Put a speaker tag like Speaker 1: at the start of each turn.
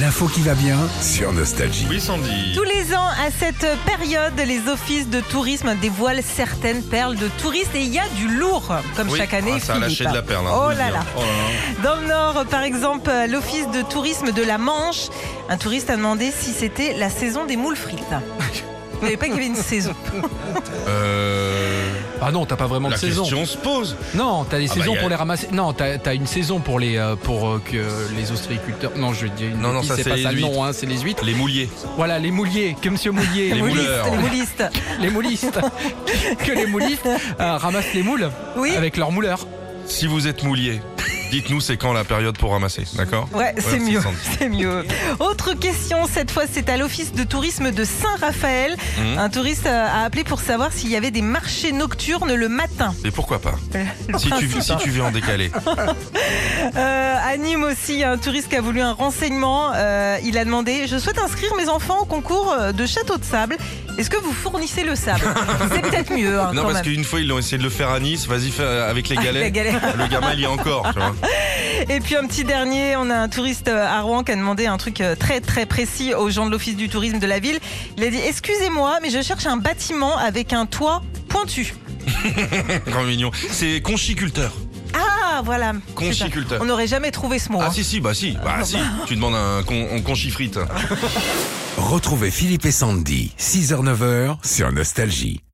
Speaker 1: L'info qui va bien sur Nostalgie.
Speaker 2: Oui, Sandy.
Speaker 3: Tous les ans, à cette période, les offices de tourisme dévoilent certaines perles de touristes et il y a du lourd, comme
Speaker 2: Oui.
Speaker 3: chaque année.
Speaker 2: Ah, ça a lâché
Speaker 3: Philippe.
Speaker 2: de la perle. hein,
Speaker 3: oh
Speaker 2: je veux
Speaker 3: là
Speaker 2: dire.
Speaker 3: là.
Speaker 2: Oh là
Speaker 3: Dans le Nord, par exemple, à l'office de tourisme de la Manche, un touriste a demandé si c'était la saison des moules frites. Vous savez pas qu'il y avait une saison.
Speaker 2: là. Euh,
Speaker 4: Ah non, t'as pas vraiment
Speaker 2: la
Speaker 4: de saison.
Speaker 2: question se pose.
Speaker 4: Non, t'as des
Speaker 2: Ah bah,
Speaker 4: saisons
Speaker 2: y a-
Speaker 4: pour les ramasser. Non, t'as t'as une saison pour les euh, pour euh, que les ostréiculteurs. Non, je dis une
Speaker 2: Non, non,
Speaker 4: bêtise,
Speaker 2: ça, c'est
Speaker 4: pas
Speaker 2: les
Speaker 4: ça le nom,
Speaker 2: huîtres.
Speaker 4: hein, c'est les huîtres.
Speaker 2: Les mouliers.
Speaker 4: Voilà, les mouliers, que Monsieur Moulier,
Speaker 2: Les
Speaker 3: moulistes,
Speaker 2: mouleurs.
Speaker 3: les moulistes.
Speaker 4: les moulistes, que les moulistes euh, ramassent les moules
Speaker 3: Oui.
Speaker 4: avec leur mouleur.
Speaker 2: Si vous êtes moulier, dites-nous c'est quand la période pour ramasser, d'accord
Speaker 3: Ouais, c'est
Speaker 2: merci,
Speaker 3: mieux,
Speaker 2: Sandy.
Speaker 3: c'est mieux. Autre question, cette fois c'est à l'office de tourisme de Saint-Raphaël.
Speaker 2: Mhm.
Speaker 3: Un touriste euh, a appelé pour savoir s'il y avait des marchés nocturnes le matin.
Speaker 2: Mais pourquoi pas
Speaker 3: Le
Speaker 2: si tu,
Speaker 3: principe,
Speaker 2: si tu veux en décaler.
Speaker 3: Euh, à Nîmes aussi, il y a un touriste qui a voulu un renseignement. Euh, il a demandé Je souhaite inscrire mes enfants au concours euh, de château de sable. Est-ce que vous fournissez le sable C'est peut-être mieux. hein,
Speaker 2: Non,
Speaker 3: quand
Speaker 2: parce
Speaker 3: même.
Speaker 2: qu'une fois, ils l'ont essayé de le faire à Nice. Vas-y, fais euh, avec les
Speaker 3: Avec la
Speaker 2: galets.
Speaker 3: galère.
Speaker 2: Le gamin, il y est encore. Tu vois.
Speaker 3: Et puis un petit dernier, on a un touriste euh, à Rouen qui a demandé un truc euh, très très précis aux gens de l'office du tourisme de la ville. Il a dit Excusez-moi, mais je cherche un bâtiment avec un toit pointu.
Speaker 2: Grand mignon. C'est conchiculteur.
Speaker 3: Ah voilà.
Speaker 2: Conchiculteur.
Speaker 3: On n'aurait jamais trouvé ce mot. hein.
Speaker 2: Ah si, si, bah si. Bah si. Tu demandes un con, un conchifrite.
Speaker 1: Retrouvez Philippe et Sandy, 6h-9h sur Nostalgie.